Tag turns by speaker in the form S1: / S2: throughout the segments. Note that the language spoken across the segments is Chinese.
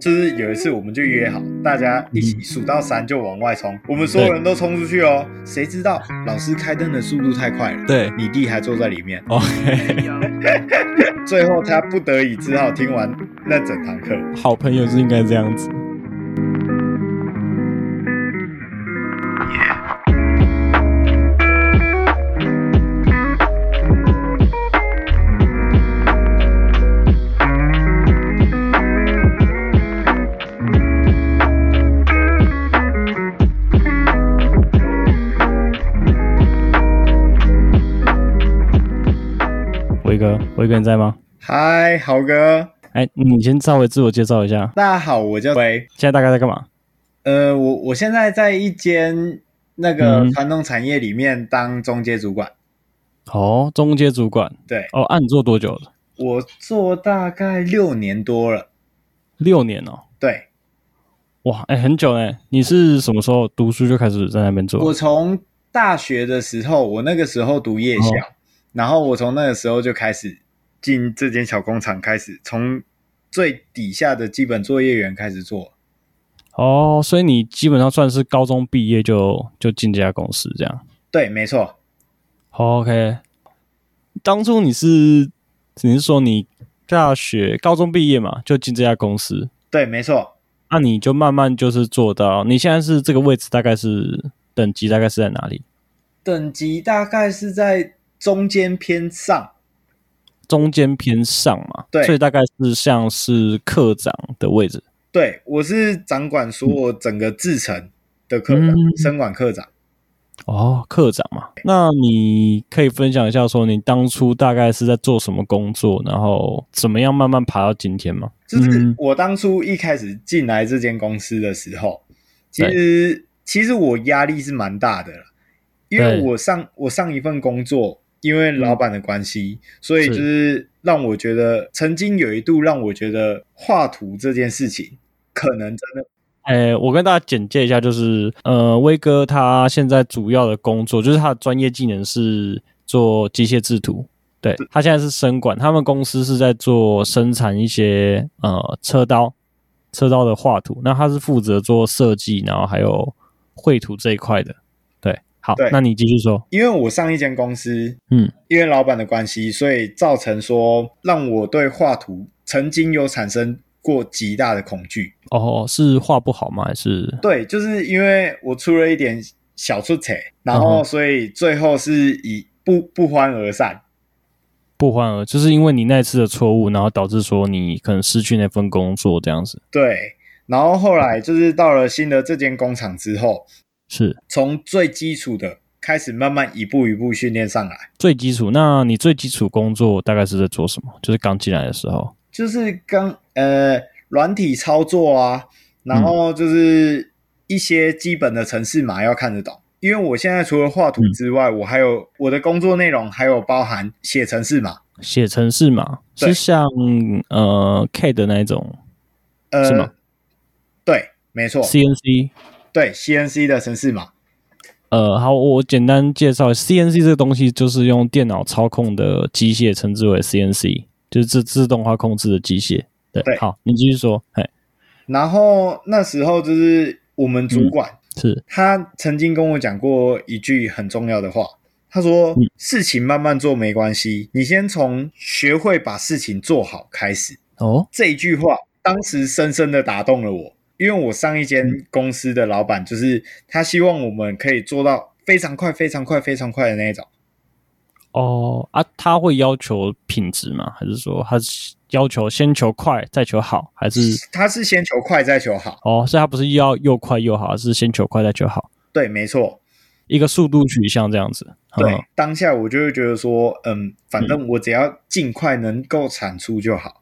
S1: 就是有一次我们就约好，大家一起数到三就往外冲，我们所有人都冲出去哦。谁知道老师开灯的速度太快了，
S2: 对
S1: 你弟还坐在里面，
S2: ，OK，
S1: 最后他不得已只好听完那整堂课。
S2: 好朋友是应该这样子。
S3: 威哥，威哥你在吗？
S1: 嗨，豪哥，
S3: 哎，你先稍微自我介绍一下，
S1: 大家好，我叫喂，
S3: 现在大概在干嘛？
S1: 呃，我我现在在一间那个
S3: 嗯
S1: 传统产业里面当中介主管，
S3: 哦，中介主管。
S1: 对
S3: 哦，按、你做多久了？
S1: 我做大概六年多了，
S3: 六年哦。
S1: 对
S3: 哇，哎，很久哎。你是什么时候读书就开始在那边
S1: 我
S3: 做？
S1: 从大学的时候，我那个时候读夜校，然后我从那个时候就开始进这间小工厂，开始从最底下的基本作业员开始做。
S3: 哦，所以你基本上算是高中毕业就就进这家公司这样。
S1: 对，没错，
S3: 哦 OK，当初你是你是说你大学高中毕业嘛，就进这家公司，
S1: 对，没错。
S3: 那、你就慢慢就是做到你现在是这个位置，大概是等级大概是在哪里？
S1: 等级大概是在中间偏上，
S3: 中间偏上嘛，
S1: 对
S3: 所以大概是像是课长的位置。
S1: 对我是掌管所有整个制程的科长，
S3: 嗯
S1: 生管科长。
S3: 哦，课长嘛，那你可以分享一下，说你当初大概是在做什么工作，然后怎么样慢慢爬到今天吗？
S1: 就是
S3: 嗯
S1: 我当初一开始进来这间公司的时候，其实其实我压力是蛮大的啦，因为
S3: 对
S1: 我上我上一份工作，因为老板的关系，
S3: 嗯
S1: 所以就是让我觉得曾经有一度让我觉得画图这件事情可能真的
S3: 诶，我跟大家简介一下，就是呃，威哥他现在主要的工作就是他的专业技能是做机械制图，对他现在是生管，他们公司是在做生产一些呃车刀、车刀的画图，那他是负责做设计，然后还有绘图这一块的。对，好
S1: 对，
S3: 那你继续说。
S1: 因为我上一间公司，
S3: 嗯，
S1: 因为老板的关系，所以造成说让我对画图曾经有产生过极大的恐惧。
S3: 哦，是画不好吗？还是
S1: 对，就是因为我出了一点小出彩，然
S3: 嗯
S1: 后
S3: 哼
S1: 所以最后是以不不欢而散。
S3: 不欢而就是因为你那次的错误，然后导致说你可能失去那份工作这样子？
S1: 对，然后后来就是到了新的这间工厂之后，
S3: 是
S1: 从最基础的开始，慢慢一步一步训练上来。
S3: 最基础。那你最基础工作大概是在做什么？就是刚进来的时候。
S1: 就是刚呃软体操作啊，
S3: 嗯
S1: 然后就是一些基本的程式码要看得懂。因为我现在除了画图
S3: 嗯
S1: 之外，我还有我的工作内容还有包含写程式码，
S3: 写程式嘛，
S1: 对
S3: 是像呃 K 的那一种
S1: 呃，
S3: 是吗
S1: 对，没错，
S3: CNC。
S1: 对 CNC 的程式码，
S3: 呃，好，我简单介绍 CNC 这个东西，就是用电脑操控的机械，称之为 CNC，就是自自动化控制的机械。对，
S1: 对
S3: 好，你继续说。哎，
S1: 然后那时候就是我们
S3: 嗯
S1: 主管、
S3: 是
S1: 他曾经跟我讲过一句很重要的话，他说：“
S3: 嗯
S1: 事情慢慢做没关系，你先从学会把事情做好开始。”
S3: 哦，
S1: 这一句话当时深深的打动了我，因为我上一
S3: 嗯
S1: 间公司的老板就是他希望我们可以做到非常快、非常快、非常快的那一种。
S3: 哦啊，他会要求品质吗？还是说他是要求先求快再求好？还是
S1: 他是先求快再求好，
S3: 哦，所以他不是要又快又好，而是先求快再求好，
S1: 对，没错。
S3: 一个速度取向这样子。
S1: 对，
S3: 嗯
S1: 当下我就会觉得说，嗯，反正我只要尽快能够产出就好。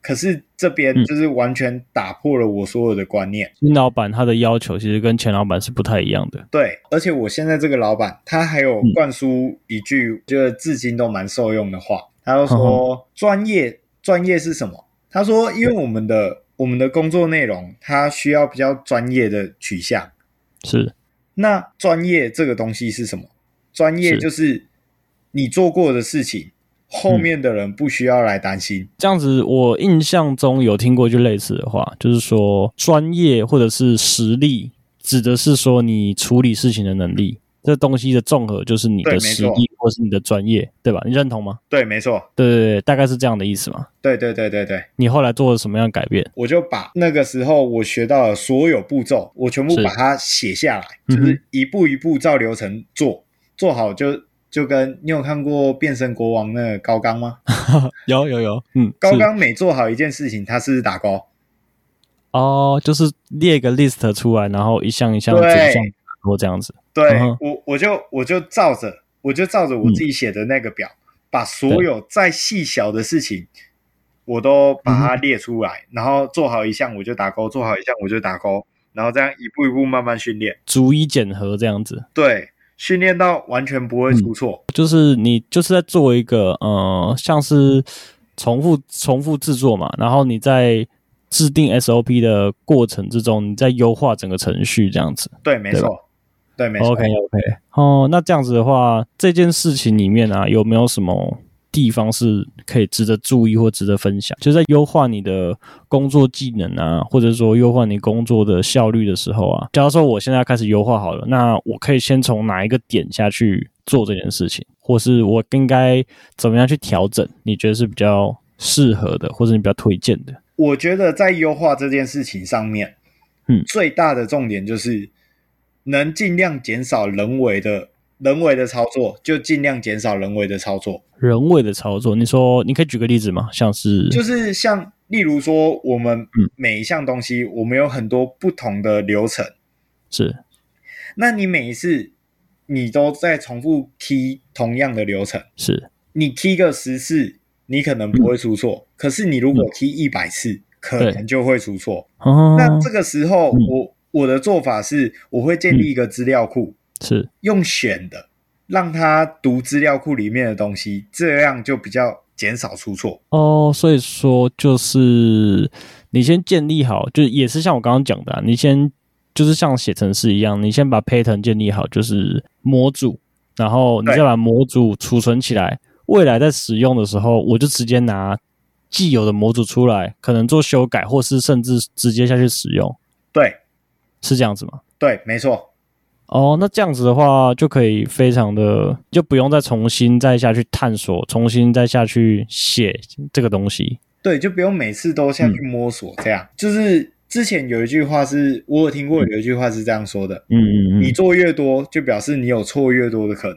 S1: 可是这边
S3: 嗯
S1: 就是完全打破了我所有的观念，
S3: 新老板他的要求其实跟前老板是不太一样的。
S1: 对，而且我现在这个老板，他还有
S3: 嗯
S1: 灌输一句，就是至今都蛮受用的话，他就说，专业专业是什么？他说，因为我们的我们的工作内容，它需要比较专业的取向，
S3: 是
S1: 那专业这个东西是什么？专业
S3: 是
S1: 就是你做过的事情，
S3: 嗯
S1: 后面的人不需要来担心。
S3: 这样子，我印象中有听过一句类似的话，就是说专业或者是实力，指的是说你处理事情的能力。这东西的综合就是你
S1: 对
S3: 的
S1: 没
S3: 实
S1: 错
S3: 力或是你的专业，对吧？你认同吗？
S1: 对，没错，
S3: 对对对，大概是这样的意思嘛。
S1: 对对对对对，
S3: 你后来做了什么样的改变？
S1: 我就把那个时候我学到的所有步骤，我全部
S3: 是
S1: 把它写下来，
S3: 嗯
S1: 就
S3: 哼
S1: 是一步一步照流程做，做好就就跟你有看过《变身国王》那个高刚吗？
S3: 有有有，嗯，
S1: 高
S3: 是
S1: 刚每做好一件事情，他是打勾，
S3: 哦，就是列个 list 出来，然后一项一项
S1: 对
S3: 逐项做这样子。
S1: 对、
S3: 嗯哼嗯
S1: 我我就我就照着我就照着我自己写的那个表，把所有再细小的事情。我都把
S3: 嗯
S1: 它列出来，然后做好一项我就打勾，做好一项我就打勾，然后这样一步一步慢慢训练。
S3: 逐一检核这样子，
S1: 对，训练到完全不
S3: 嗯
S1: 会出错。
S3: 就是你就是在做一个呃，像是重复重复制作嘛，然后你在制定 SOP 的过程之中，你在优化整个程序这样子。
S1: 对，没错，对，没错。
S3: OK OK，哦，那这样子的话，这件事情里面啊，有没有什么地方是可以值得注意或值得分享？就在优化你的工作技能啊，或者说优化你工作的效率的时候啊，假如说我现在开始优化好了，那我可以先从哪一个点下去做这件事情，或是我应该怎么样去调整？你觉得是比较适合的，或者你比较推荐的？
S1: 我觉得在优化这件事情上面，
S3: 嗯
S1: 最大的重点就是能尽量减少人为的人为的操作，就尽量减少人为的操作。
S3: 人为的操作，你说你可以举个例子吗？像是
S1: 就是像例如说，我们
S3: 嗯
S1: 每一项东西，我们有很多不同的流程，
S3: 是
S1: 那你每一次你都在重复 key 同样的流程。
S3: 是
S1: 你 key 个十次，你可能不会出错，可是你如果
S3: 嗯
S1: key 一百次，可能就会出错。
S3: 哦，
S1: 那这个时候，
S3: 嗯
S1: 我我的做法是，我会建立一个资料库，
S3: 是
S1: 用选的，让他读资料库里面的东西，这样就比较减少出错。
S3: 哦，所以说就是你先建立好，就是也是像我刚刚讲的、啊，你先就是像写程式一样，你先把 pattern 建立好，就是模组，然后你
S1: 对
S3: 再把模组储存起来，未来在使用的时候，我就直接拿既有的模组出来，可能做修改，或是甚至直接下去使用，
S1: 对
S3: 是这样子吗？
S1: 对，没错，
S3: 哦，那这样子的话，就可以非常的，就不用再重新再下去探索，重新再下去写这个东西。
S1: 对，就不用每次都下去
S3: 嗯
S1: 摸索，这样、就是。之前有一句话是我有听过，有一句话是这样说的：
S3: 嗯嗯嗯，
S1: 你做越多，就表示你有错越多的可能。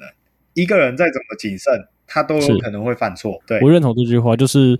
S1: 一个人再怎么谨慎，他都有
S3: 是
S1: 可能会犯错。对
S3: 我认同这句话，就是，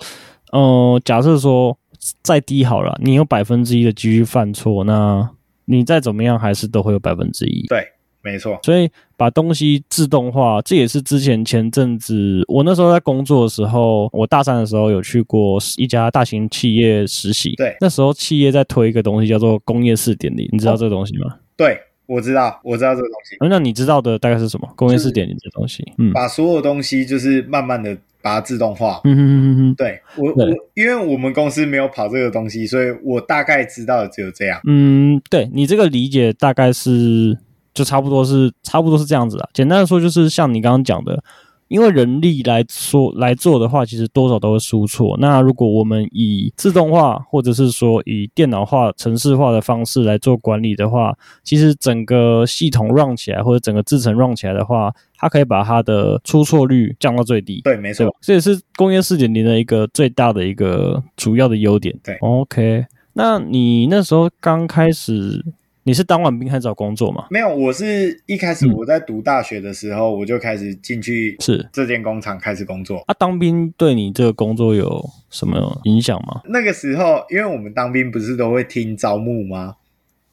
S3: 呃，假设说再低好了，你有百分之一的几率犯错，那你再怎么样还是都会有百分之一。
S1: 对，没错。
S3: 所以把东西自动化，这也是之前前阵子我那时候在工作的时候，我大三的时候有去过一家大型企业实习。
S1: 对
S3: 那时候企业在推一个东西叫做工业四点零，你知道这个东西吗？
S1: 对，我知道，我知道这个东西，
S3: 呃那你知道的大概是什么？工业四点零这东西，嗯
S1: 把所有东西就是慢慢的把它自动化。
S3: 嗯嗯嗯
S1: 对我，
S3: 对
S1: 我因为我们公司没有跑这个东西，所以我大概知道的只有这样。
S3: 嗯，对你这个理解大概是就差不多是差不多是这样子啊。简单的说，就是像你刚刚讲的，因为人力来说来做的话，其实多少都会出错。那如果我们以自动化或者是说以电脑化、程式化的方式来做管理的话，其实整个系统 run 起来或者整个制程 run 起来的话，它可以把它的出错率降到最低。
S1: 对，没
S3: 对吧
S1: 错，？
S3: 这也是工业四点零的一个最大的一个主要的优点。
S1: 对
S3: ，OK，那你那时候刚开始，你是当完兵开始找工作吗？
S1: 没有。我是一开始
S3: 嗯
S1: 我在读大学的时候，我就开始进去
S3: 是
S1: 这间工厂开始工作。
S3: 啊，当兵对你这个工作有什么影响吗？
S1: 那个时候，因为我们当兵不是都会听招募吗？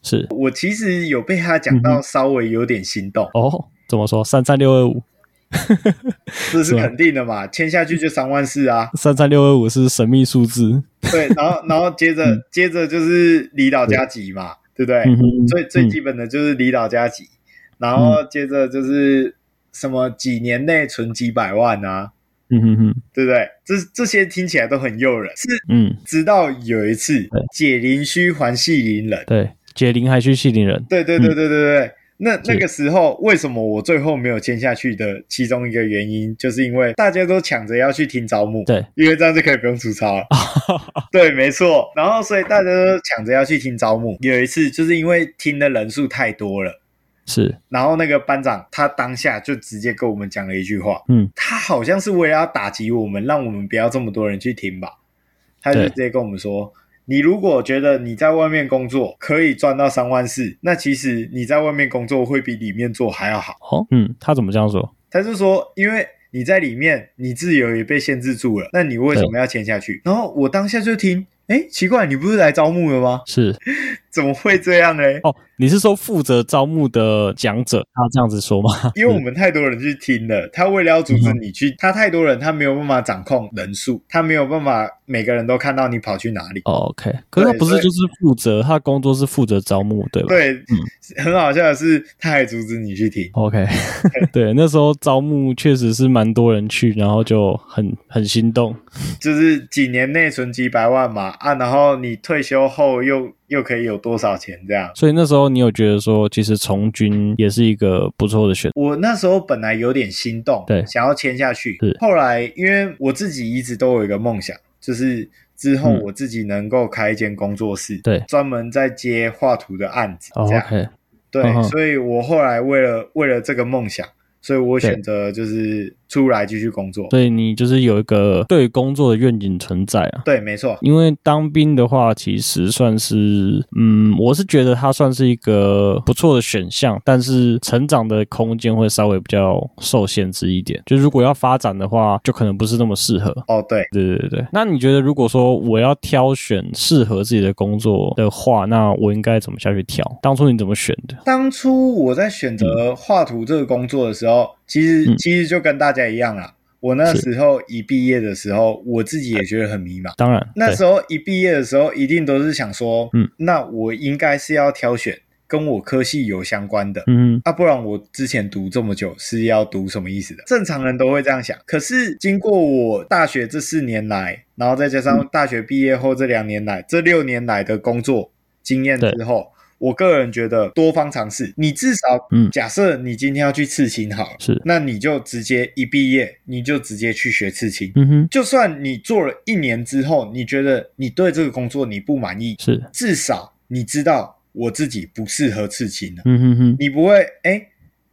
S3: 是
S1: 我其实有被他讲
S3: 嗯
S1: 到，稍微有点心动，
S3: 哦，怎么说？三三六二五，。
S1: 这是肯定的嘛，签下去就三万四啊
S3: 三三六二五是神秘数字。
S1: 对，然后然后接着、接着就是离岛加急嘛，对不对？
S3: 嗯哼，
S1: 最最
S3: 嗯
S1: 基本的就是离岛加急，然后接着就是什么几年内存几百万啊，
S3: 嗯哼哼，
S1: 对不对？这这些听起来都很诱人，是
S3: 嗯，
S1: 直到有一次解铃须还系铃人，
S3: 对，解铃还须系铃人。
S1: 对对对对对对，那那个时候，为什么我最后没有签下去的其中一个原因，就是因为大家都抢着要去听招募，
S3: 对，
S1: 因为这样就可以不用出操了。对，没错。然后，所以大家都抢着要去听招募。有一次，就是因为听的人数太多了，
S3: 是，
S1: 然后那个班长他当下就直接跟我们讲了一句话，
S3: 嗯，
S1: 他好像是为了要打击我们，让我们不要这么多人去听吧，他就
S3: 对
S1: 直接跟我们说。你如果觉得你在外面工作可以赚到三万四，那其实你在外面工作会比里面做还要好。
S3: 哦，嗯，他怎么这样说？
S1: 他就说，因为你在里面，你自由也被限制住了，那你为什么要签下去？然后我当下就听，哎，奇怪，你不是来招募的吗？
S3: 是，
S1: 怎么会这样呢？
S3: 哦，你是说负责招募的讲者他这样子说吗？
S1: 因为我们太多人去听了，他为了要阻止你去，
S3: 嗯
S1: 他太多人，他没有办法掌控人数，他没有办法每个人都看到你跑去哪里。
S3: 哦 OK，可是他
S1: 对
S3: 不
S1: 所
S3: 是
S1: 以
S3: 就是负责他的工作是负责招募对吧？嗯
S1: 对，很好笑的是，他还阻止你去听。
S3: OK，对， 那时候招募确实是蛮多人去，然后就很很心动。
S1: 就是几年内存几百万嘛啊，然后你退休后又又可以有多少钱这样？
S3: 所以那时候你有觉得说，其实从军也是一个不错的选择。
S1: 我那时候本来有点心动，
S3: 对
S1: 想要签下去
S3: 是。
S1: 后来因为我自己一直都有一个梦想，就是之后
S3: 嗯
S1: 我自己能够开一间工作室，
S3: 对
S1: 专门在接画图的案子
S3: 哦
S1: 这样。
S3: OK，
S1: 对，
S3: 嗯哼
S1: 所以我后来为了为了这个梦想，所以我
S3: 对
S1: 选择就是出来继续工作。
S3: 所以你就是有一个对于工作的愿景存在啊。
S1: 对，没错，
S3: 因为当兵的话，其实算是，嗯，我是觉得它算是一个不错的选项，但是成长的空间会稍微比较受限制一点。就如果要发展的话，就可能不是那么适合。
S1: 哦，对，
S3: 对对对对，那你觉得如果说我要挑选适合自己的工作的话，那我应该怎么下去挑？当初你怎么选的？
S1: 当初我在选择画图这个工作的时候，其实、
S3: 嗯
S1: 其实就跟大家一样啦。我那时候一毕业的时候，我自己也觉得很迷茫。
S3: 当然，
S1: 那
S3: 对
S1: 时候一毕业的时候，一定都是想说，
S3: 嗯，
S1: 那我应该是要挑选跟我科系有相关的，
S3: 嗯
S1: 啊，不然我之前读这么久是要读什么意思的？正常人都会这样想。可是经过我大学这四年来，然后再加
S3: 嗯
S1: 上大学毕业后这两年来、这六年来的工作经验之后，我个人觉得多方尝试，你至少，
S3: 嗯
S1: 假设你今天要去刺青好了，
S3: 是
S1: 那你就直接一毕业你就直接去学刺青。
S3: 嗯哼
S1: 就算你做了一年之后，你觉得你对这个工作你不满意，
S3: 是
S1: 至少你知道我自己不适合刺青了。
S3: 嗯哼哼
S1: 你不会哎、诶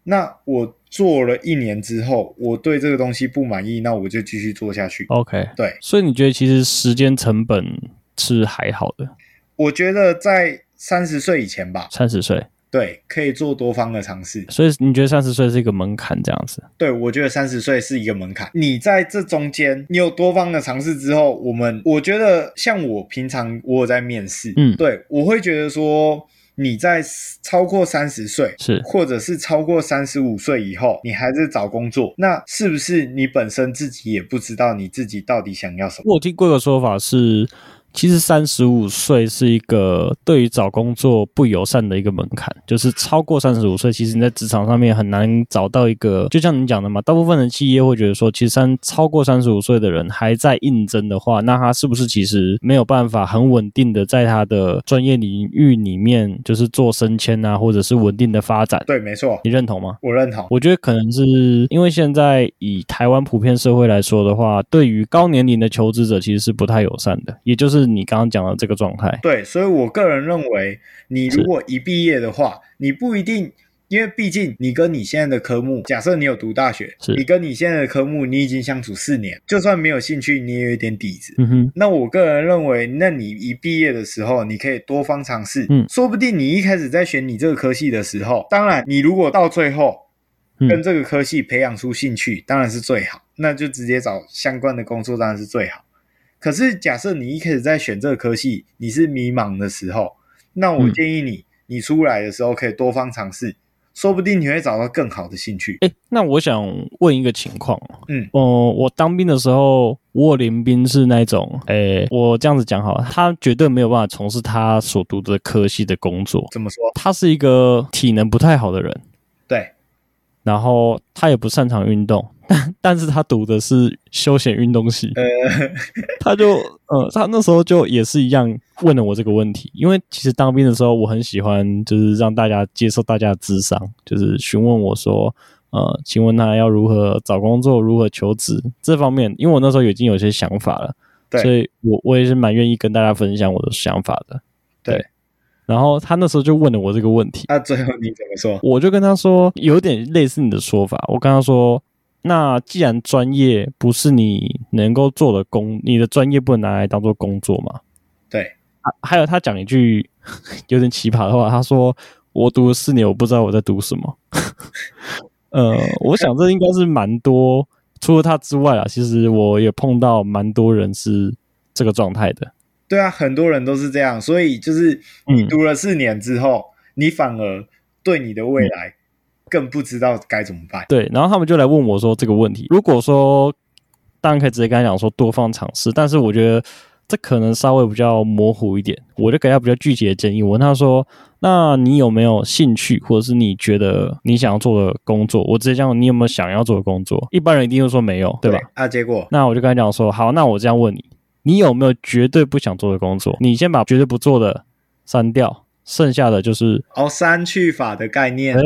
S1: 那我做了一年之后，我对这个东西不满意，那我就继续做下去。
S3: ，OK。
S1: 对，
S3: 所以你觉得其实时间成本是还好的，
S1: 我觉得在三十岁以前吧，
S3: 三十岁，
S1: 对，可以做多方的尝试。
S3: 所以你觉得三十岁是一个门槛这样子？
S1: 对，我觉得三十岁是一个门槛。你在这中间，你有多方的尝试之后，我们我觉得像我平常我有在面试，
S3: 嗯
S1: 对我会觉得说你在超过三十岁。
S3: 是
S1: 或者是超过三十五岁以后，你还在找工作，那是不是你本身自己也不知道你自己到底想要什么？
S3: 我有听过一个说法是，其实三十五岁是一个对于找工作不友善的一个门槛，就是超过三十五岁，其实你在职场上面很难找到一个，就像你讲的嘛，大部分的企业会觉得说，其实三超过三十五岁的人还在应征的话，那他是不是其实没有办法很稳定的在他的专业领域里面，就是做升迁啊，或者是稳定的发展？
S1: 对，没错
S3: 你，认同吗？
S1: 我认同。
S3: 我觉得可能是因为现在以台湾普遍社会来说的话，对于高年龄的求职者其实是不太友善的，也就是你刚刚讲的这个状态。
S1: 对，所以我个人认为，你如果一毕业的话，你不一定，因为毕竟你跟你现在的科目，假设你有读大学
S3: 是，
S1: 你跟你现在的科目你已经相处四年，就算没有兴趣，你也有一点底子。
S3: 嗯哼，
S1: 那我个人认为，那你一毕业的时候，你可以多方尝试，
S3: 嗯
S1: 说不定你一开始在选你这个科系的时候，当然你如果到最后
S3: 嗯
S1: 跟这个科系培养出兴趣，当然是最好，那就直接找相关的工作当然是最好。可是假设你一开始在选这个科系，你是迷茫的时候，那我
S3: 嗯
S1: 建议你，你出来的时候可以多方尝试，说不定你会找到更好的兴趣。
S3: 哎，那我想问一个情况，
S1: 嗯
S3: 哦、我当兵的时候，我林兵是那种，哎，我这样子讲好了，他绝对没有办法从事他所读的科系的工作，
S1: 怎么说？
S3: 他是一个体能不太好的人。
S1: 对，
S3: 然后他也不擅长运动， 但但是他读的是休闲运动系，
S1: 呃
S3: 他就呃，他那时候就也是一样问了我这个问题，因为其实当兵的时候我很喜欢就是让大家接受大家的智商，就是询问我说。呃，请问他要如何找工作、如何求职这方面，因为我那时候已经有些想法了，
S1: 对
S3: 所以我我也是蛮愿意跟大家分享我的想法的。
S1: 对
S3: 然后他那时候就问了我这个问题，
S1: 那最后你怎么说？
S3: 我就跟他说，有点类似你的说法。我跟他说，那既然专业不是你能够做的工，你的专业不能拿来当做工作嘛？
S1: 对
S3: 啊。还有他讲一句 有点奇葩的话，他说：“我读了四年，我不知道我在读什么。” 呃，我想这应该是蛮多，除了他之外啊，其实我也碰到蛮多人是这个状态的。
S1: 对啊，很多人都是这样，所以就是
S3: 嗯
S1: 你读了四年之后，你反而对你的未
S3: 嗯
S1: 来更不知道该怎么办。
S3: 对，然后他们就来问我说这个问题。如果说，当然可以直接跟他讲说多方尝试，但是我觉得这可能稍微比较模糊一点，我就给他比较具体的建议。我问他说：“那你有没有兴趣，或者是你觉得你想要做的工作？”我直接讲你有没有想要做的工作，一般人一定会说没有，对吧？
S1: 啊，结果
S3: 那我就跟他讲说：“好，那我这样问你，你有没有绝对不想做的工作？你先把绝对不做的删掉，剩下的就是
S1: 哦，删去法的概念，
S3: 哎，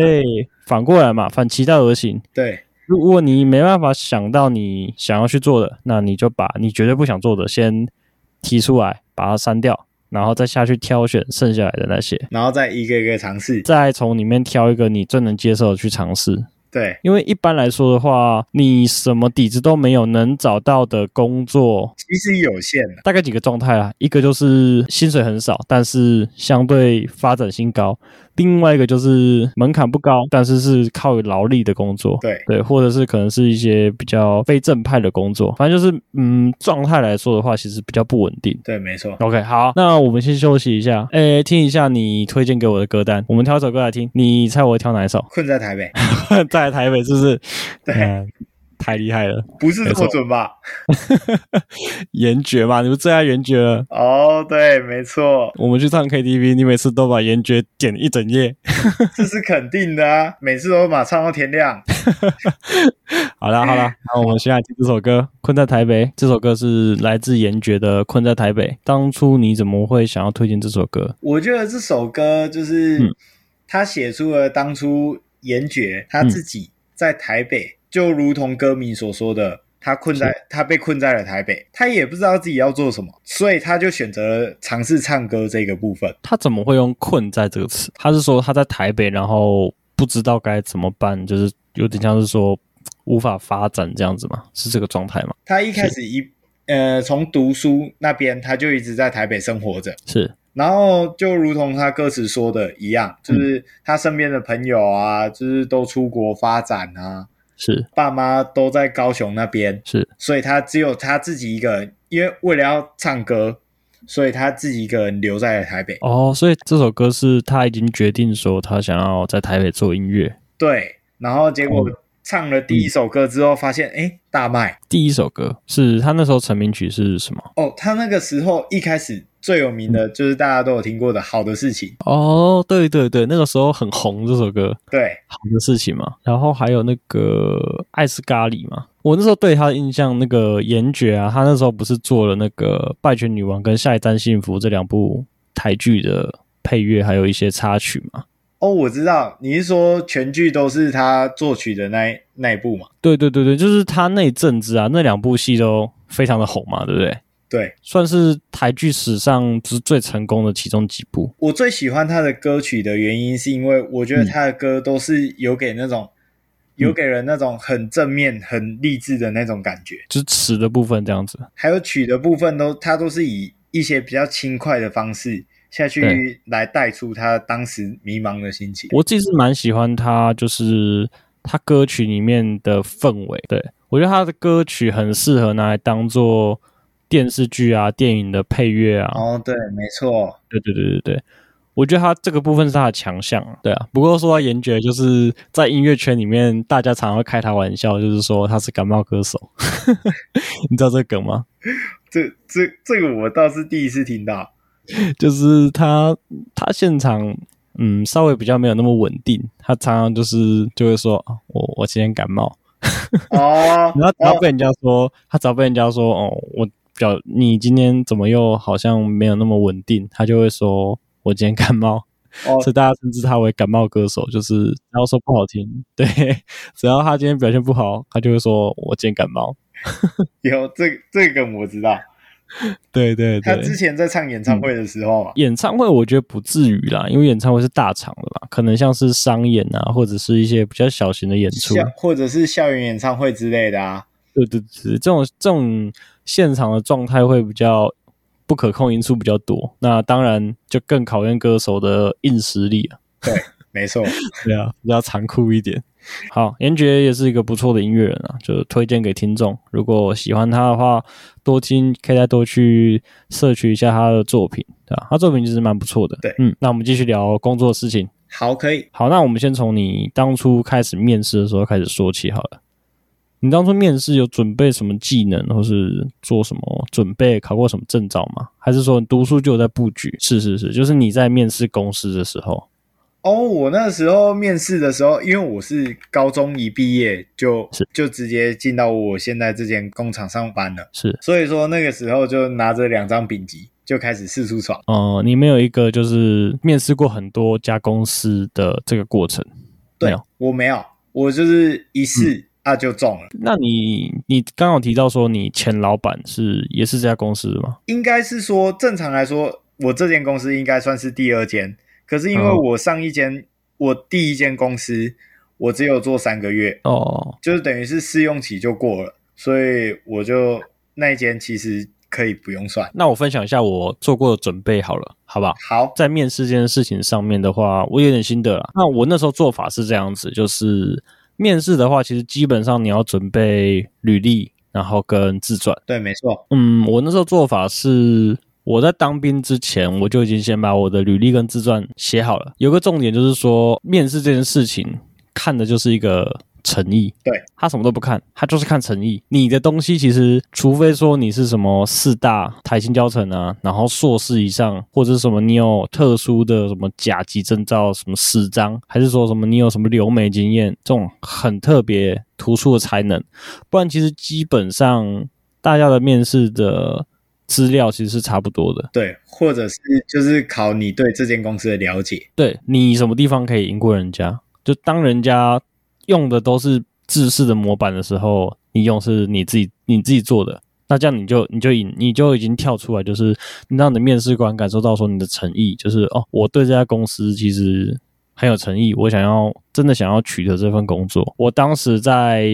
S3: 反过来嘛，反其道而行。”
S1: 对
S3: 如果你没办法想到你想要去做的，那你就把你绝对不想做的先提出来，把它删掉，然后再下去挑选剩下来的那些，
S1: 然后再一个一个尝试，
S3: 再从里面挑一个你最能接受的去尝试。
S1: 对，
S3: 因为一般来说的话，你什么底子都没有，能找到的工作
S1: 其实有限的，
S3: 大概几个状态啦，一个就是薪水很少，但是相对发展性高；另外一个就是门槛不高，但是是靠劳力的工作。
S1: 对
S3: 对，或者是可能是一些比较非正派的工作，反正就是嗯，状态来说的话，其实比较不稳定。
S1: 对，没错。
S3: OK，好，那我们先休息一下，诶，听一下你推荐给我的歌单，我们挑一首歌来听。你猜我会挑哪一首？
S1: 困在台北，
S3: 在台北是不是？
S1: 对
S3: 嗯太厉害了，
S1: 不是这
S3: 没
S1: 么
S3: 错
S1: 准吧？
S3: 严爵嘛，你们最爱严爵了。
S1: 哦，对，没错，
S3: 我们去唱 KTV，你每次都把严爵点一整夜。
S1: 这是肯定的啊，每次都把唱到天亮。
S3: 好啦好啦，那我们先来听这首歌《困在台北》。这首歌是来自严爵的《困在台北》。当初你怎么会想要推荐这首歌？
S1: 我觉得这首歌就是、
S3: 嗯
S1: 他写出了当初严爵他自己在台北，就如同歌迷所说的，他困在他被困在了台北，他也不知道自己要做什么，所以他就选择了尝试唱歌这个部分。
S3: 他怎么会用“困在”这个词？他是说他在台北，然后不知道该怎么办，就是有点像是说无法发展这样子吗？是这个状态吗？
S1: 他一开始一呃从读书那边，他就一直在台北生活着。
S3: 是，
S1: 然后就如同他歌词说的一样，就是他身边的朋友啊，就是都出国发展啊，
S3: 是，
S1: 爸妈都在高雄那边，
S3: 是，
S1: 所以他只有他自己一个人，因为为了要唱歌，所以他自己一个人留在了台北。
S3: 哦，所以这首歌是他已经决定说他想要在台北做音乐。
S1: 对，然后结果唱了第一首歌之后，发现哎大卖
S3: 第一首歌是他那时候成名曲是什么？
S1: 哦。他那个时候一开始最有名的就是大家都有听过的《好的事情》，
S3: 哦，对对对，那个时候很红这首歌，
S1: 对，
S3: 好的事情嘛。然后还有那个爱是咖喱嘛，我那时候对他的印象，那个严爵啊，他那时候不是做了那个《拜权女王》跟《下一站幸福》这两部台剧的配乐，还有一些插曲嘛。
S1: 哦，我知道你是说全剧都是他作曲的那一那一部嘛？
S3: 对对对对，就是他那一阵子啊，那两部戏都非常的红嘛，对不对？
S1: 对
S3: 算是台剧史上就是最成功的其中几部。
S1: 我最喜欢他的歌曲的原因，是因为我觉得
S3: 嗯
S1: 他的歌都是有给那种、有给人那种很正面、很励志的那种感觉，
S3: 就是词的部分这样子，
S1: 还有曲的部分都他都是以一些比较轻快的方式下去
S3: 对
S1: 来带出他当时迷茫的心情。
S3: 我自己是蛮喜欢他，就是他歌曲里面的氛围。对我觉得他的歌曲很适合拿来当做电视剧啊、电影的配乐啊。
S1: 哦，对，没错，
S3: 对对对对对，我觉得他这个部分是他的强项啊。对啊，不过说到严爵，就是在音乐圈里面，大家常常会开他玩笑，就是说他是感冒歌手。 你知道这个梗吗？
S1: 这这这个我倒是第一次听到。
S3: 就是他他现场嗯，稍微比较没有那么稳定。他常常就是就会说，哦我我今天感冒，
S1: 哦，
S3: 然后只要被人家说，他只要被人家说，哦，我表你今天怎么又好像没有那么稳定，他就会说我今天感冒。
S1: 哦
S3: 所以大家称之他为感冒歌手，就是只要说不好听，对，只要他今天表现不好，他就会说我今天感冒。
S1: 有这个这个我知道，
S3: 对对
S1: 他
S3: 对，嗯
S1: 之前在唱演唱会的时候啊嘛，
S3: 演唱会我觉得不至于啦，因为演唱会是大场的嘛，可能像是商演啊，或者是一些比较小型的演出。
S1: 校或者是校园演唱会之类的啊，
S3: 对对对，这种这种现场的状态会比较不可控因素比较多，那当然就更考验歌手的硬实力啊。
S1: 没错，
S3: 对啊，比较残酷一点。好，严爵也是一个不错的音乐人啊，就是推荐给听众。如果喜欢他的话，多听，可以再多去摄取一下他的作品，对吧、他作品其实蛮不错的。
S1: 对
S3: 嗯，那我们继续聊工作的事情。
S1: 好，可以，
S3: 好，那我们先从你当初开始面试的时候开始说起好了。你当初面试有准备什么技能，或是做什么准备，考过什么证照吗？还是说你读书就有在布局？是是是，就是你在面试公司的时候，
S1: 哦，我那时候面试的时候，因为我是高中一毕业就是就直接进到我现在这间工厂上班了，
S3: 是
S1: 所以说那个时候就拿着两张丙级就开始四处闯。
S3: 呃，你没有一个就是面试过很多家公司的这个过程。没
S1: 对
S3: 有，
S1: 我没有，我就是一试、啊就中了，
S3: 那你你刚好提到说你前老板是也是这家公司的吗？
S1: 应该是说正常来说，我这间公司应该算是第二间，可是因为
S3: 哦
S1: 我上一间、我第一间公司我只有做三个月，
S3: 哦，
S1: 就是等于是试用期就过了，所以我就那一间其实可以不用算。
S3: 那我分享一下我做过的准备好了，好不好？
S1: 好，
S3: 在面试这件事情上面的话，我有点心得啦。那我那时候做法是这样子，就是面试的话，其实基本上你要准备履历，然后跟自传。
S1: 对，没错，
S3: 嗯，我那时候做法是，我在当兵之前，我就已经先把我的履历跟自传写好了。有个重点就是说，面试这件事情看的就是一个诚意。
S1: 对，
S3: 他什么都不看，他就是看诚意。你的东西其实，除非说你是什么四大台新教程啊，然后硕士以上，或者是什么你有特殊的什么甲级证照，什么四张，还是说什么你有什么留美经验这种很特别突出的才能，不然其实基本上大家的面试的资料其实是差不多的。
S1: 对，或者是就是考你对这间公司的了解。
S3: 对你什么地方可以赢过人家，就当人家用的都是制式的模板的时候，你用是你自己你自己做的，那这样你就你就已你就已经跳出来，就是你让你的面试官感受到说你的诚意，就是哦，我对这家公司其实很有诚意，我想要真的想要取得这份工作。我当时在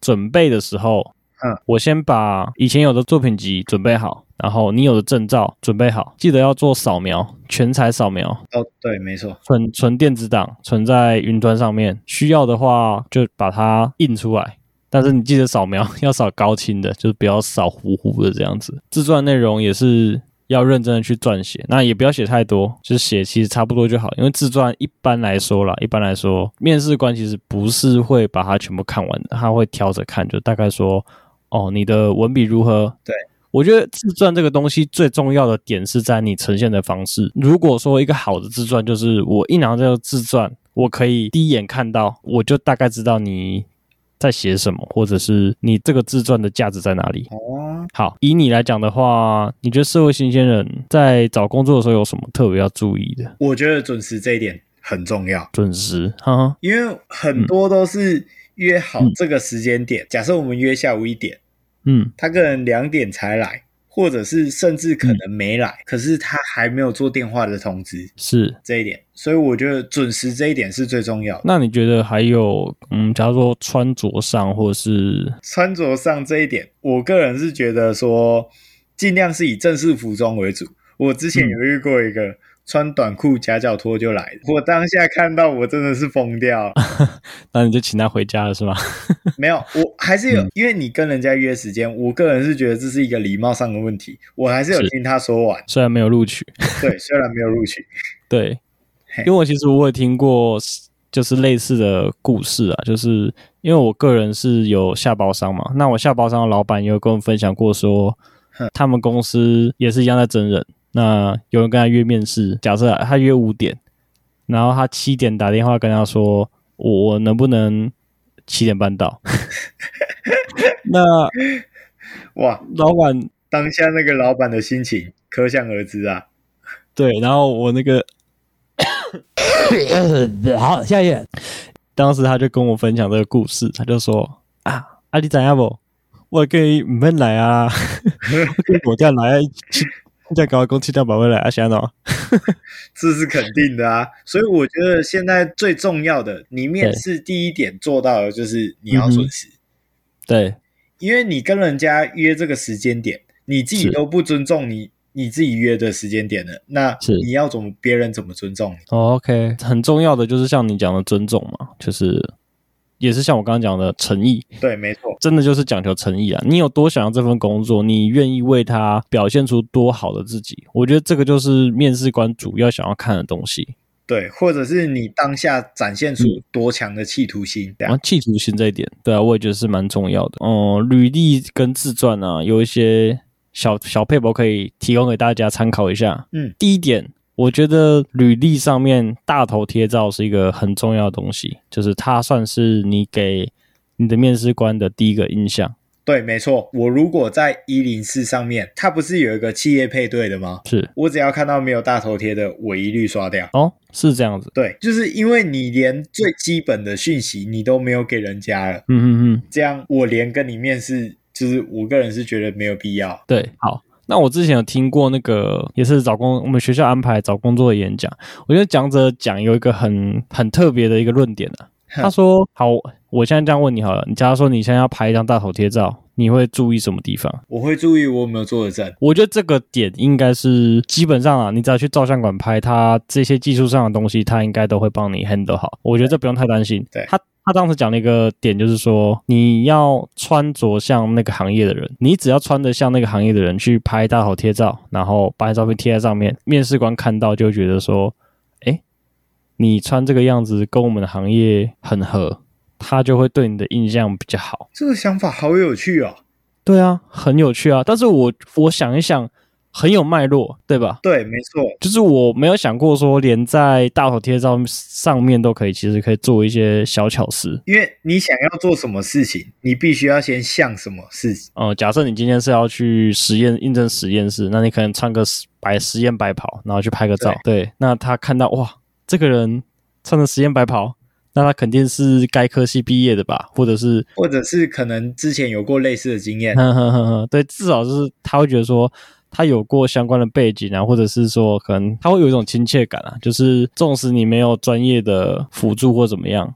S3: 准备的时候，
S1: 嗯，
S3: 我先把以前有的作品集准备好，然后你有的证照准备好，记得要做扫描，全彩扫描，
S1: 哦，对，没错，
S3: 存存电子档，存在云端上面。需要的话就把它印出来，但是你记得扫描 要扫高清的，就是不要扫糊糊的这样子。自传内容也是要认真的去撰写，那也不要写太多，就是写其实差不多就好。因为自传一般来说啦，一般来说面试官其实不是会把它全部看完的，他会挑着看，就大概说哦你的文笔如何，我觉得自传这个东西最重要的点是在你呈现的方式。如果说一个好的自传，就是我一拿到这个自传，我可以第一眼看到，我就大概知道你在写什么，或者是你这个自传的价值在哪里。
S1: 哦，
S3: 好，以你来讲的话，你觉得社会新鲜人在找工作的时候有什么特别要注意的？
S1: 我觉得准时这一点很重要，
S3: 准时，哈哈，
S1: 因为很多都是约好这个时间点，假设我们约下午一点，
S3: 嗯，
S1: 他可能两点才来，或者是甚至可能没来，可是他还没有做电话的通知
S3: 是。
S1: 这一点，所以我觉得准时这一点是最重要的。
S3: 那你觉得还有，嗯，假如说穿着上，或者是
S1: 穿着上这一点，我个人是觉得说，尽量是以正式服装为主。我之前有遇过一个、穿短裤夹脚拖就来的，我当下看到我真的是疯掉了。
S3: 那你就请他回家了，是吗？
S1: 没有，我还是
S3: 嗯
S1: 有，因为你跟人家约时间，我个人是觉得这是一个礼貌上的问题，我还是有
S3: 是
S1: 听他说 完。
S3: 虽然没有录取，
S1: 对，虽然没有录取，
S3: 对，
S1: 嘿
S3: 因为我其实我也听过就是类似的故事啊，就是因为我个人是有下包商嘛，那我下包商的老板也有跟我分享过说，他们公司也是一样在真人，那有人跟他约面试，假设他约五点，然后他七点打电话跟他说，我能不能七点半到？ 那
S1: 哇，
S3: 老板
S1: 当下那个老板的心情可想而知啊。
S3: 对，然后我那个
S4: 好，下一页。
S3: 当时他就跟我分享这个故事，他就说啊，啊你怎样不？我可以唔免来啊，我叫来啊，再搞公七点半会来啊，想喏。
S1: 这是肯定的啊。所以我觉得现在最重要的，你面试第一点做到的就是你要准
S3: 嗯
S1: 时，
S3: 对，
S1: 因为你跟人家约这个时间点，你自己
S3: 是
S1: 都不尊重你你自己约的时间点了，那
S3: 是
S1: 你要怎么别人怎么尊重你？
S3: 哦 OK，很重要的就是像你讲的尊重嘛，就是也是像我刚刚讲的诚意，
S1: 对，没错，
S3: 真的就是讲求诚意啊！你有多想要这份工作，你愿意为它表现出多好的自己，我觉得这个就是面试官主要想要看的东西。
S1: 对，或者是你当下展现出多强的企图心，这
S3: 然后
S1: 样
S3: 啊企图心这一点，对啊，我也觉得是蛮重要的。哦、履历跟自传啊，有一些小小配博可以提供给大家参考一下。
S1: 嗯，
S3: 第一点，我觉得履历上面大头贴照是一个很重要的东西，就是它算是你给你的面试官的第一个印象。
S1: 对，没错。我如果在一零四上面，它不是有一个企业配对的吗？
S3: 是
S1: 我只要看到没有大头贴的，我一律刷掉。
S3: 哦，是这样子。
S1: 对，就是因为你连最基本的讯息你都没有给人家了，
S3: 嗯嗯嗯。
S1: 这样我连跟你面试，就是我个人是觉得没有必要。
S3: 对，好。那我之前有听过那个，也是找工，我们学校安排找工作的演讲。我觉得讲者讲有一个很很特别的一个论点啊，
S1: 哼
S3: 他说：“好，我现在这样问你好了，你假如说你现在要拍一张大头贴照，你会注意什么地方
S1: 我会注意我有没有做的正？”，
S3: 我觉得这个点应该是基本上啊，你只要去照相馆拍，它这些技术上的东西，它应该都会帮你 handle 好。我觉得这不用太担心。
S1: 对
S3: 他他当时讲了一个点，就是说你要穿着像那个行业的人，你只要穿得像那个行业的人去拍大头贴照，然后把你照片贴在上面，面试官看到就会觉得说，哎，你穿这个样子跟我们的行业很合，他就会对你的印象比较好。
S1: 这个想法好有趣哦。
S3: 对啊，很有趣啊。但是我我想一想，很有脉络，对吧？
S1: 对，没错，
S3: 就是我没有想过说，连在大头贴照上面都可以，其实可以做一些小巧思。
S1: 因为你想要做什么事情，你必须要先像什么事情。
S3: 呃，假设你今天是要去实验应征实验室，那你可能穿个实白实验白袍，然后去拍个照。对，那他看到哇，这个人穿着实验白袍，那他肯定是该科系毕业的吧，或者是
S1: 或者是可能之前有过类似的经验，
S3: 哼哼哼哼，对，至少就是他会觉得说他有过相关的背景啊，或者是说可能他会有一种亲切感啊，就是纵使你没有专业的辅助或怎么样，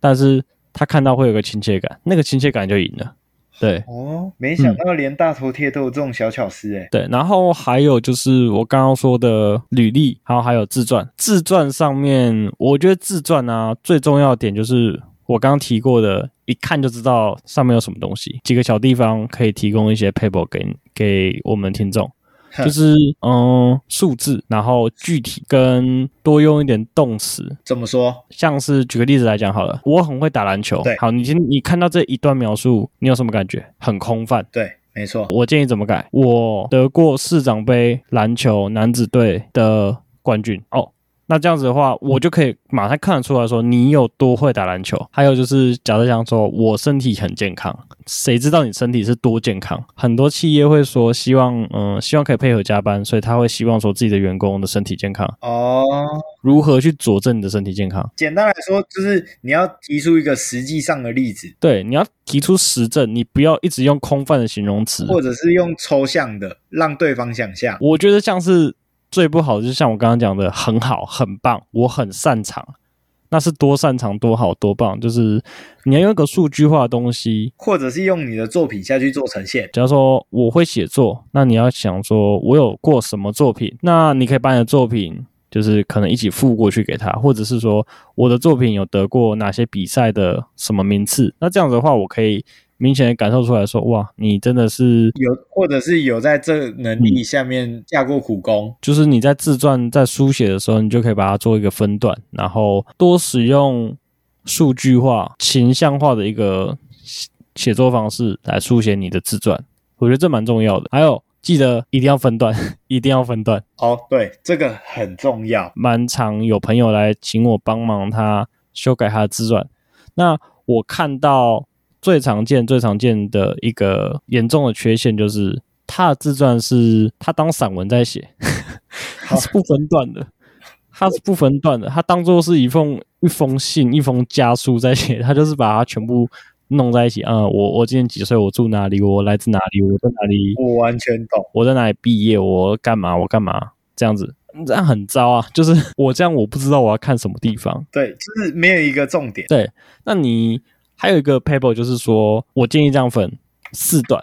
S3: 但是他看到会有个亲切感，那个亲切感就赢了。对
S1: 哦，没想到连大头贴都有这种小巧思哎、
S3: 对，然后还有就是我刚刚说的履历，然后还有自传。自传上面，我觉得自传啊最重要的点就是我刚刚提过的，一看就知道上面有什么东西，几个小地方可以提供一些 paper 给你给我们听众。
S1: 哼
S3: 就是嗯数字，然后具体跟多用一点动词，
S1: 怎么说？
S3: 像是举个例子来讲好了，我很会打篮球
S1: 对。
S3: 好，你今你看到这一段描述，你有什么感觉？很空泛。
S1: 对，没错，
S3: 我建议怎么改？我得过市长杯篮球男子队的冠军哦。那这样子的话，我就可以马上看得出来说你有多会打篮球。还有就是，假设想说我身体很健康，谁知道你身体是多健康？很多企业会说希望，嗯、希望可以配合加班，所以他会希望说自己的员工的身体健康。
S1: 哦，
S3: 如何去佐证你的身体健康？
S1: 简单来说就是你要提出一个实际上的例子，
S3: 对，你要提出实证，你不要一直用空泛的形容词。
S1: 或者是用抽象的让对方想象。
S3: 我觉得像是最不好，就是像我刚刚讲的，很好，很棒，我很擅长，那是多擅长、多好、多棒。就是你要用一个数据化的东西，
S1: 或者是用你的作品下去做呈现，
S3: 假如说我会写作，那你要想说我有过什么作品，那你可以把你的作品。就是可能一起附过去给他，或者是说我的作品有得过哪些比赛的什么名次，那这样子的话，我可以明显的感受出来说，哇，你真的是
S1: 有或者是有在这能
S3: 嗯
S1: 力下面下过苦功。
S3: 就是你在自传在书写的时候，你就可以把它做一个分段，然后多使用数据化、形象化的一个写写作方式来书写你的自传。我觉得这蛮重要的。还有记得一定要分段， 一定要分段。
S1: 哦，对，这个很重要。
S3: 蛮常有朋友来请我帮忙他修改他的自传。那我看到最常见、最常见的一个严重的缺陷就是，他的自传是他当散文在写， 他是不分段的，他是不分段的，他当做是一封一封信、一封家书在写，他就是把它全部弄在一起。嗯，我我今年几岁？我住哪里？我来自哪里？我在哪里？
S1: 我完全懂。
S3: 我在哪里毕业，我干嘛，我干嘛这样子，这样很糟啊！就是我这样，我不知道我要看什么地方。
S1: 对，就是没有一个重点。
S3: 对，那你还有一个 paper 就是说，我建议这样分四段，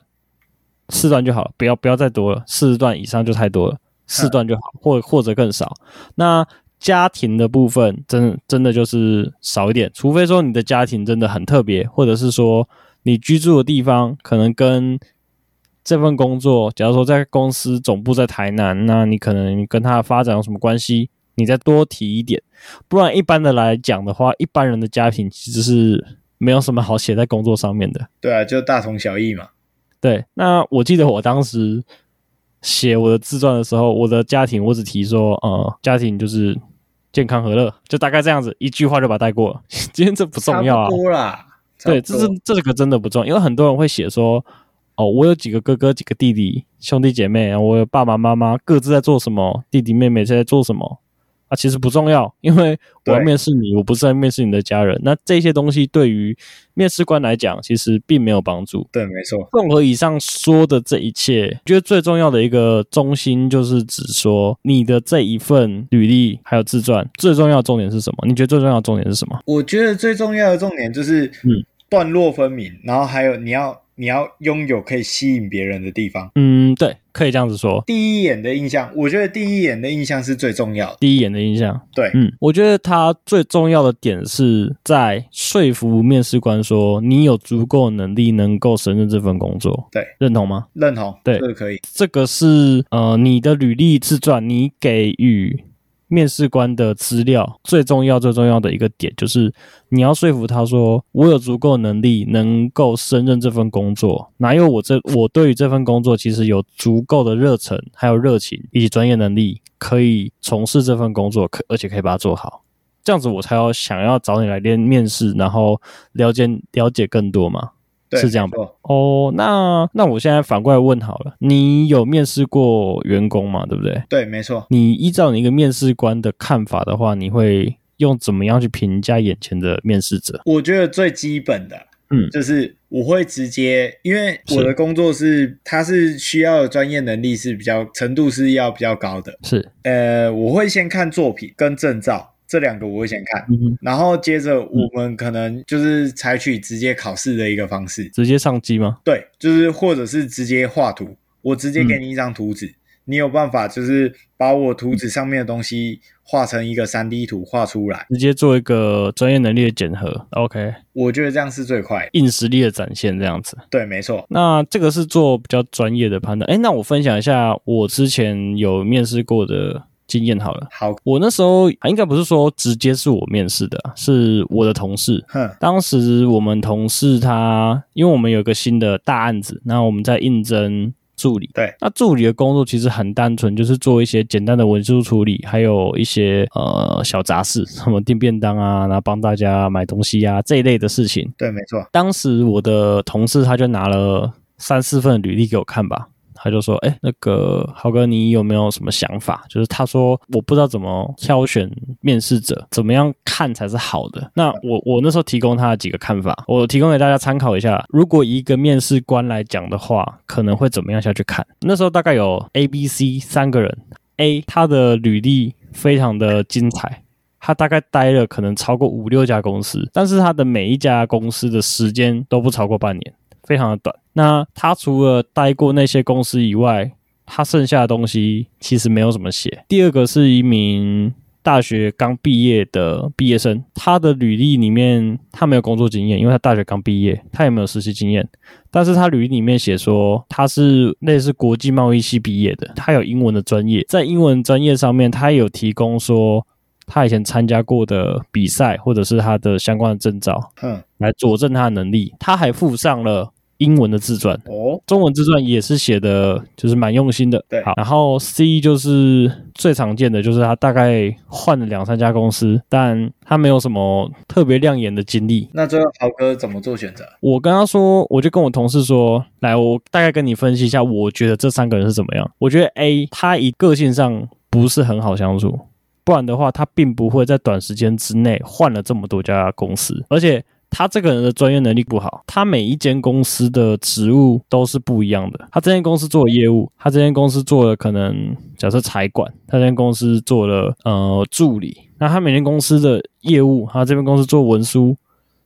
S3: 四段就好了，不要不要再多了，四段以上就太多了，四段就好，或或者更少。那家庭的部分，真的真的就是少一点，除非说你的家庭真的很特别，或者是说你居住的地方可能跟这份工作，假如说在公司总部在台南，那你可能跟它的发展有什么关系，你再多提一点。不然一般的来讲的话，一般人的家庭其实是没有什么好写在工作上面的。
S1: 对啊，就大同小异嘛。
S3: 对，那我记得我当时写我的自传的时候，我的家庭我只提说，呃，家庭就是健康和乐，就大概这样子，一句话就把它带过了。 今天这不重要啊
S1: 差，不多啦。
S3: 对，
S1: 差
S3: 这
S1: 不
S3: 是
S1: 多
S3: 这个真的不重要，因为很多人会写说，哦，我有几个哥哥、几个弟弟、兄弟姐妹，我有爸爸妈妈，各自在做什么，弟弟妹妹在做什么啊？其实不重要，因为我要
S1: 对
S3: 面试你，我不是在面试你的家人。那这些东西对于面试官来讲，其实并没有帮助。
S1: 对，没错。
S3: 综合以上说的这一切，觉得最重要的一个中心就是指说你的这一份履历还有自传，最重要的重点是什么？你觉得最重要的重点是什么？
S1: 我觉得最重要的重点就是，
S3: 嗯，
S1: 段落分明，然后还有你要你要拥有可以吸引别人的地方。
S3: 嗯，对，可以这样子说。
S1: 第一眼的印象，我觉得第一眼的印象是最重要的。
S3: 第一眼的印象，
S1: 对，
S3: 嗯，我觉得他最重要的点是在说服面试官说你有足够能力能够胜任这份工作，
S1: 对，
S3: 认同吗？
S1: 认同，
S3: 对
S1: 这个可以。
S3: 这个是呃你的履历自传，你给予面试官的资料最重要最重要的一个点就是你要说服他说我有足够能力能够胜任这份工作，哪有我这我对于这份工作其实有足够的热忱，还有热情以及专业能力可以从事这份工作，可而且可以把它做好。这样子我才要想要找你来练面试，然后了解了解更多嘛。
S1: 对，
S3: 是这样吧
S1: 没错
S3: 哦，那那我现在反过来问好了，你有面试过员工嘛？对不对？
S1: 对，没错。
S3: 你依照你一个面试官的看法的话，你会用怎么样去评价眼前的面试者？
S1: 我觉得最基本的，
S3: 嗯
S1: 就是我会直接，因为
S3: 是
S1: 我的工作是，它是需要的专业能力是比较程度是要比较高的。
S3: 是，
S1: 呃，我会先看作品跟证照这两个，我会先看，
S3: 嗯，
S1: 然后接着我们可能就是采取直接考试的一个方式，
S3: 直接上机吗？
S1: 对，就是或者是直接画图，我直接给你一张图纸，你有办法就是把我图纸上面的东西画成一个三 D 图画出来，
S3: 直接做一个专业能力的检核，OK，
S1: 我觉得这样是最快的。
S3: 硬实力的展现这样子。
S1: 对，没错，
S3: 那这个是做比较专业的判断。哎，那我分享一下我之前有面试过的经验好了。
S1: 好，
S3: 我那时候啊应该不是说直接是我面试的啊，是我的同事，
S1: 哼，
S3: 当时我们同事他，因为我们有一个新的大案子，那我们在应征助理。
S1: 对，
S3: 那助理的工作其实很单纯，就是做一些简单的文书处理，还有一些呃小杂事，什么订便当啊，然后帮大家买东西啊这一类的事情。
S1: 对，没错，
S3: 当时我的同事他就拿了三四份履历给我看吧，他就说：“哎、那个豪哥，你有没有什么想法？就是他说我不知道怎么挑选面试者，怎么样看才是好的。那我我那时候提供他的几个看法，我提供给大家参考一下。如果以一个面试官来讲的话，可能会怎么样下去看？那时候大概有 A、B、C 三个人。A 他的履历非常的精彩，他大概待了可能超过五六家公司，但是他的每一家公司的时间都不超过半年，非常的短。那他除了待过那些公司以外，他剩下的东西其实没有什么写。第二个是一名大学刚毕业的毕业生，他的履历里面他没有工作经验，因为他大学刚毕业，他也没有实习经验。但是他履历里面写说他是类似国际贸易系毕业的，他有英文的专业，在英文专业上面，他有提供说他以前参加过的比赛或者是他的相关的证照
S1: 哼，
S3: 来佐证他的能力。他还附上了。英文的自传，
S1: 哦，
S3: 中文自传也是写的，就是蛮用心的。
S1: 对
S3: 好，然后 C 就是最常见的，就是他大概换了两三家公司，但他没有什么特别亮眼的经历。
S1: 那最后豪哥怎么做选择？
S3: 我跟他说，我就跟我同事说，来，我大概跟你分析一下，我觉得这三个人是怎么样。我觉得 A 他以个性上不是很好相处，不然的话，他并不会在短时间之内换了这么多家公司，而且。他这个人的专业能力不好，他每一间公司的职务都是不一样的。他这间公司做了业务，他这间公司做了可能假设财管，他这间公司做了呃助理，那他每间公司的业务，他这边公司做文书，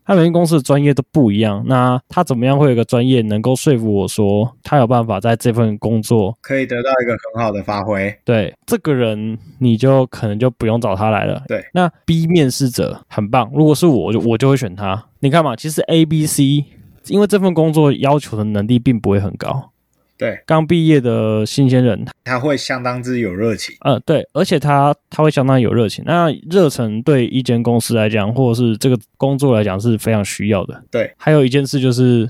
S3: 他每间公司的专业都不一样。那他怎么样会有一个专业能够说服我说他有办法在这份工作
S1: 可以得到一个很好的发挥。
S3: 对这个人，你就可能就不用找他来了。
S1: 对，
S3: 那 B 面试者很棒，如果是我，我就我就会选他。你看嘛，其实 A、B、C，因为这份工作要求的能力并不会很高，
S1: 对，
S3: 刚毕业的新鲜人，
S1: 他会相当之有热情。
S3: 呃，对，而且他他会相当有热情。那热忱对一间公司来讲，或者是这个工作来讲是非常需要的。
S1: 对，
S3: 还有一件事就是，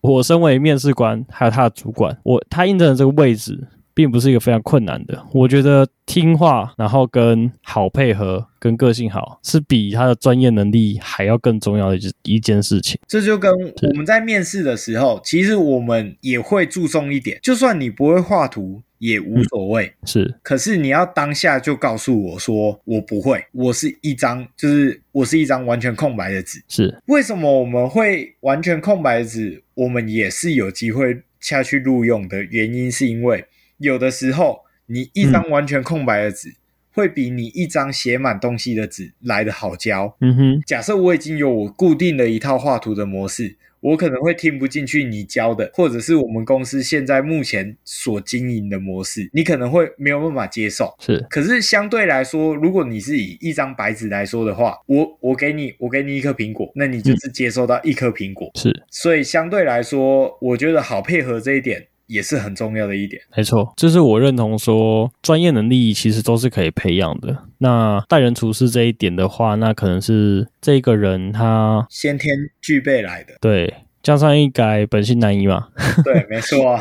S3: 我身为面试官，还有他的主管，我他应征的这个位置，并不是一个非常困难的。我觉得听话，然后跟好配合，跟个性好，是比他的专业能力还要更重要的一一件事情。
S1: 这就跟我们在面试的时候，其实我们也会注重一点，就算你不会画图也无所谓。
S3: 是
S1: 可是你要当下就告诉我说我不会，我是一张就是我是一张完全空白的纸。
S3: 是，
S1: 为什么我们会完全空白的纸？我们也是有机会下去录用的原因，是因为有的时候你一张完全空白的纸，会比你一张写满东西的纸来的好教。
S3: 嗯哼，
S1: 假设我已经有我固定的一套画图的模式，我可能会听不进去你教的，或者是我们公司现在目前所经营的模式，你可能会没有办法接受。
S3: 是
S1: 可是相对来说，如果你是以一张白纸来说的话，我我给你我给你一颗苹果，那你就是接收到一颗苹果。
S3: 是，
S1: 所以相对来说，我觉得好配合这一点也是很重要的一点。
S3: 没错，这是我认同说专业能力其实都是可以培养的。那待人处事这一点的话，那可能是这个人他，
S1: 先天具备来的
S3: 对江山易改，本性难移嘛。
S1: 对，没错啊，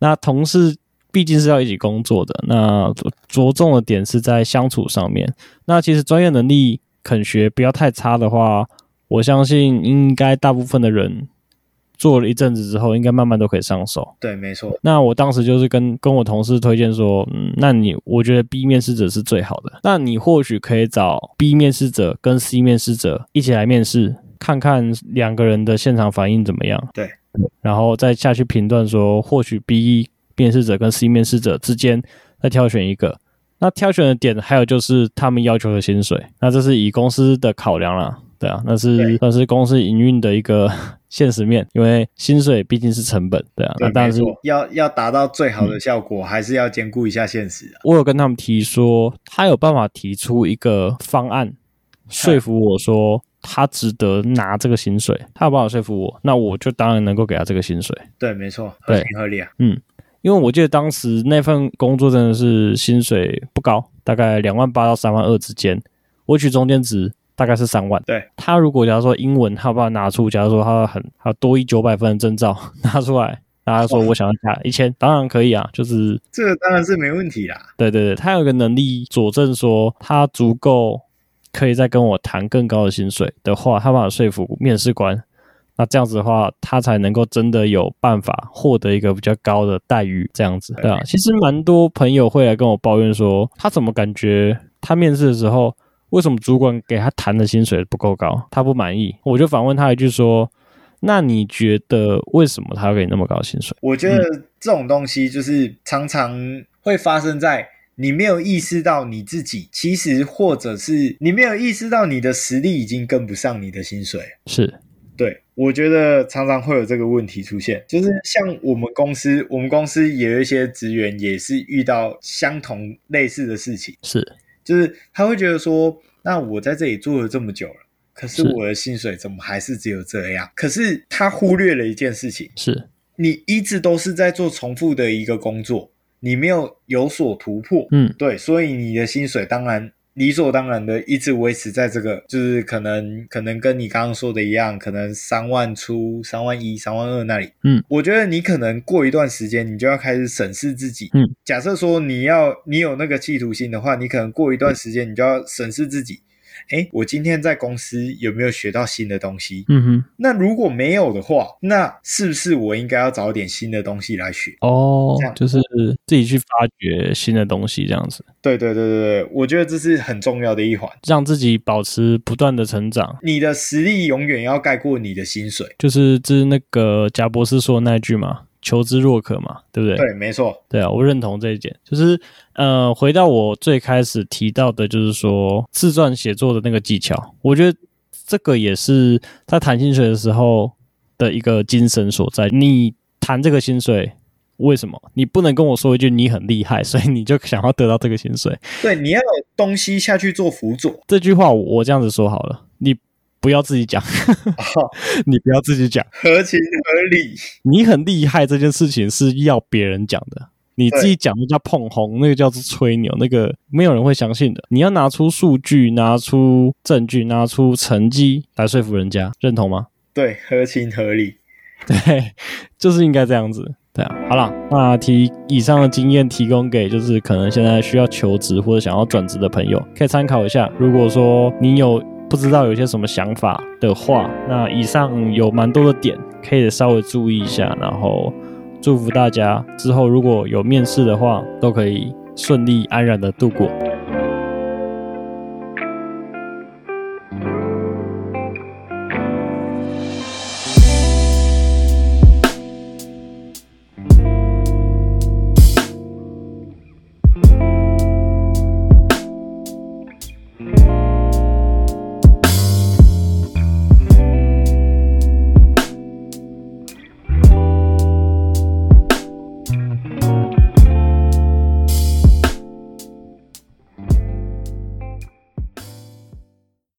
S3: 那同事毕竟是要一起工作的，那着着重的点是在相处上面。那其实专业能力肯学不要太差的话，我相信应该大部分的人做了一阵子之后，应该慢慢都可以上手。
S1: 对，没错，
S3: 那我当时就是跟跟我同事推荐说，嗯，那你我觉得 B 面试者是最好的，那你或许可以找 B 面试者跟 C 面试者一起来面试，看看两个人的现场反应怎么样。
S1: 对，
S3: 然后再下去评断说，或许 B 面试者跟 C 面试者之间再挑选一个。那挑选的点还有就是他们要求的薪水，那这是以公司的考量啦，对啊，那
S1: 对
S3: 是算是公司营运的一个 现实面，因为薪水毕竟是成本，对啊，
S1: 对，
S3: 那当
S1: 没
S3: 然是嗯
S1: 错，要要达到最好的效果，还是要兼顾一下现实啊。
S3: 我有跟他们提说，他有办法提出一个方案，说服我说他值得拿这个薪水，他有办法说服我，那我就当然能够给他这个薪水。
S1: 对，没错，合
S3: 对
S1: 情合理啊。
S3: 因为我记得当时那份工作真的是薪水不高，大概两万八到三万二之间，我取中间值大概是三万。
S1: 对
S3: 他如果假如说英文他有办法拿出，假如说他很他多一九百分的证照 拿出来，然后他说我想要加一千，当然可以啊，就是
S1: 这个当然是没问题啦。
S3: 对对对，他有一个能力佐证说他足够可以再跟我谈更高的薪水的话，他办法说服面试官。那这样子的话，他才能够真的有办法获得一个比较高的待遇，这样子对啊。其实蛮多朋友会来跟我抱怨说，他怎么感觉他面试的时候，为什么主管给他谈的薪水不够高，他不满意？我就反问他一句说，那你觉得为什么他要给你那么高的薪水？
S1: 我觉得这种东西就是常常会发生在你没有意识到你自己，其实或者是你没有意识到你的实力已经跟不上你的薪水。
S3: 是
S1: 对，我觉得常常会有这个问题出现，就是像我们公司，我们公司也有一些职员也是遇到相同类似的事情，
S3: 是
S1: 就是他会觉得说，那我在这里做了这么久了，可是
S3: 是
S1: 我的薪水怎么还是只有这样？可是他忽略了一件事情，
S3: 是，
S1: 你一直都是在做重复的一个工作，你没有有所突破，
S3: 嗯，
S1: 对，所以你的薪水当然理所当然的一直维持在这个，就是可能可能跟你刚刚说的一样，可能三万出、三万一、三万二那里。
S3: 嗯，
S1: 我觉得你可能过一段时间，你就要开始审视自己。
S3: 嗯，
S1: 假设说你要你有那个企图心的话，你可能过一段时间，你就要审视自己。哎，我今天在公司有没有学到新的东西？
S3: 嗯哼，
S1: 那如果没有的话，那是不是我应该要找点新的东西来学？
S3: 哦
S1: 这样，
S3: 就是自己去发掘新的东西，这样子
S1: 对对对对对，我觉得这是很重要的一环。
S3: 让自己保持不断的成长。
S1: 你的实力永远要盖过你的薪水。
S3: 就是之那个贾博士说的那句嘛，求知若渴嘛，对不对？
S1: 对，没错。
S3: 对啊，我认同这一点。就是呃，回到我最开始提到的，就是说自传写作的那个技巧，我觉得这个也是在谈薪水的时候的一个精神所在。你谈这个薪水。为什么你不能跟我说一句你很厉害，所以你就想要得到这个薪水？
S1: 对，你要有东西下去做辅佐。
S3: 这句话我我这样子说好了，你不要自己讲，
S1: 哦，
S3: 你不要自己讲，
S1: 合情合理。
S3: 你很厉害这件事情是要别人讲的，你自己讲那叫碰红，那个叫做吹牛，那个没有人会相信的。你要拿出数据、拿出证据、拿出成绩来说服人家，认同吗？
S1: 对，合情合理。
S3: 对，就是应该这样子。对啊，好了，那提以上的经验提供给就是可能现在需要求职或者想要转职的朋友，可以参考一下。如果说你有不知道有些什么想法的话，那以上有蛮多的点可以稍微注意一下，然后祝福大家之后如果有面试的话，都可以顺利安然的度过。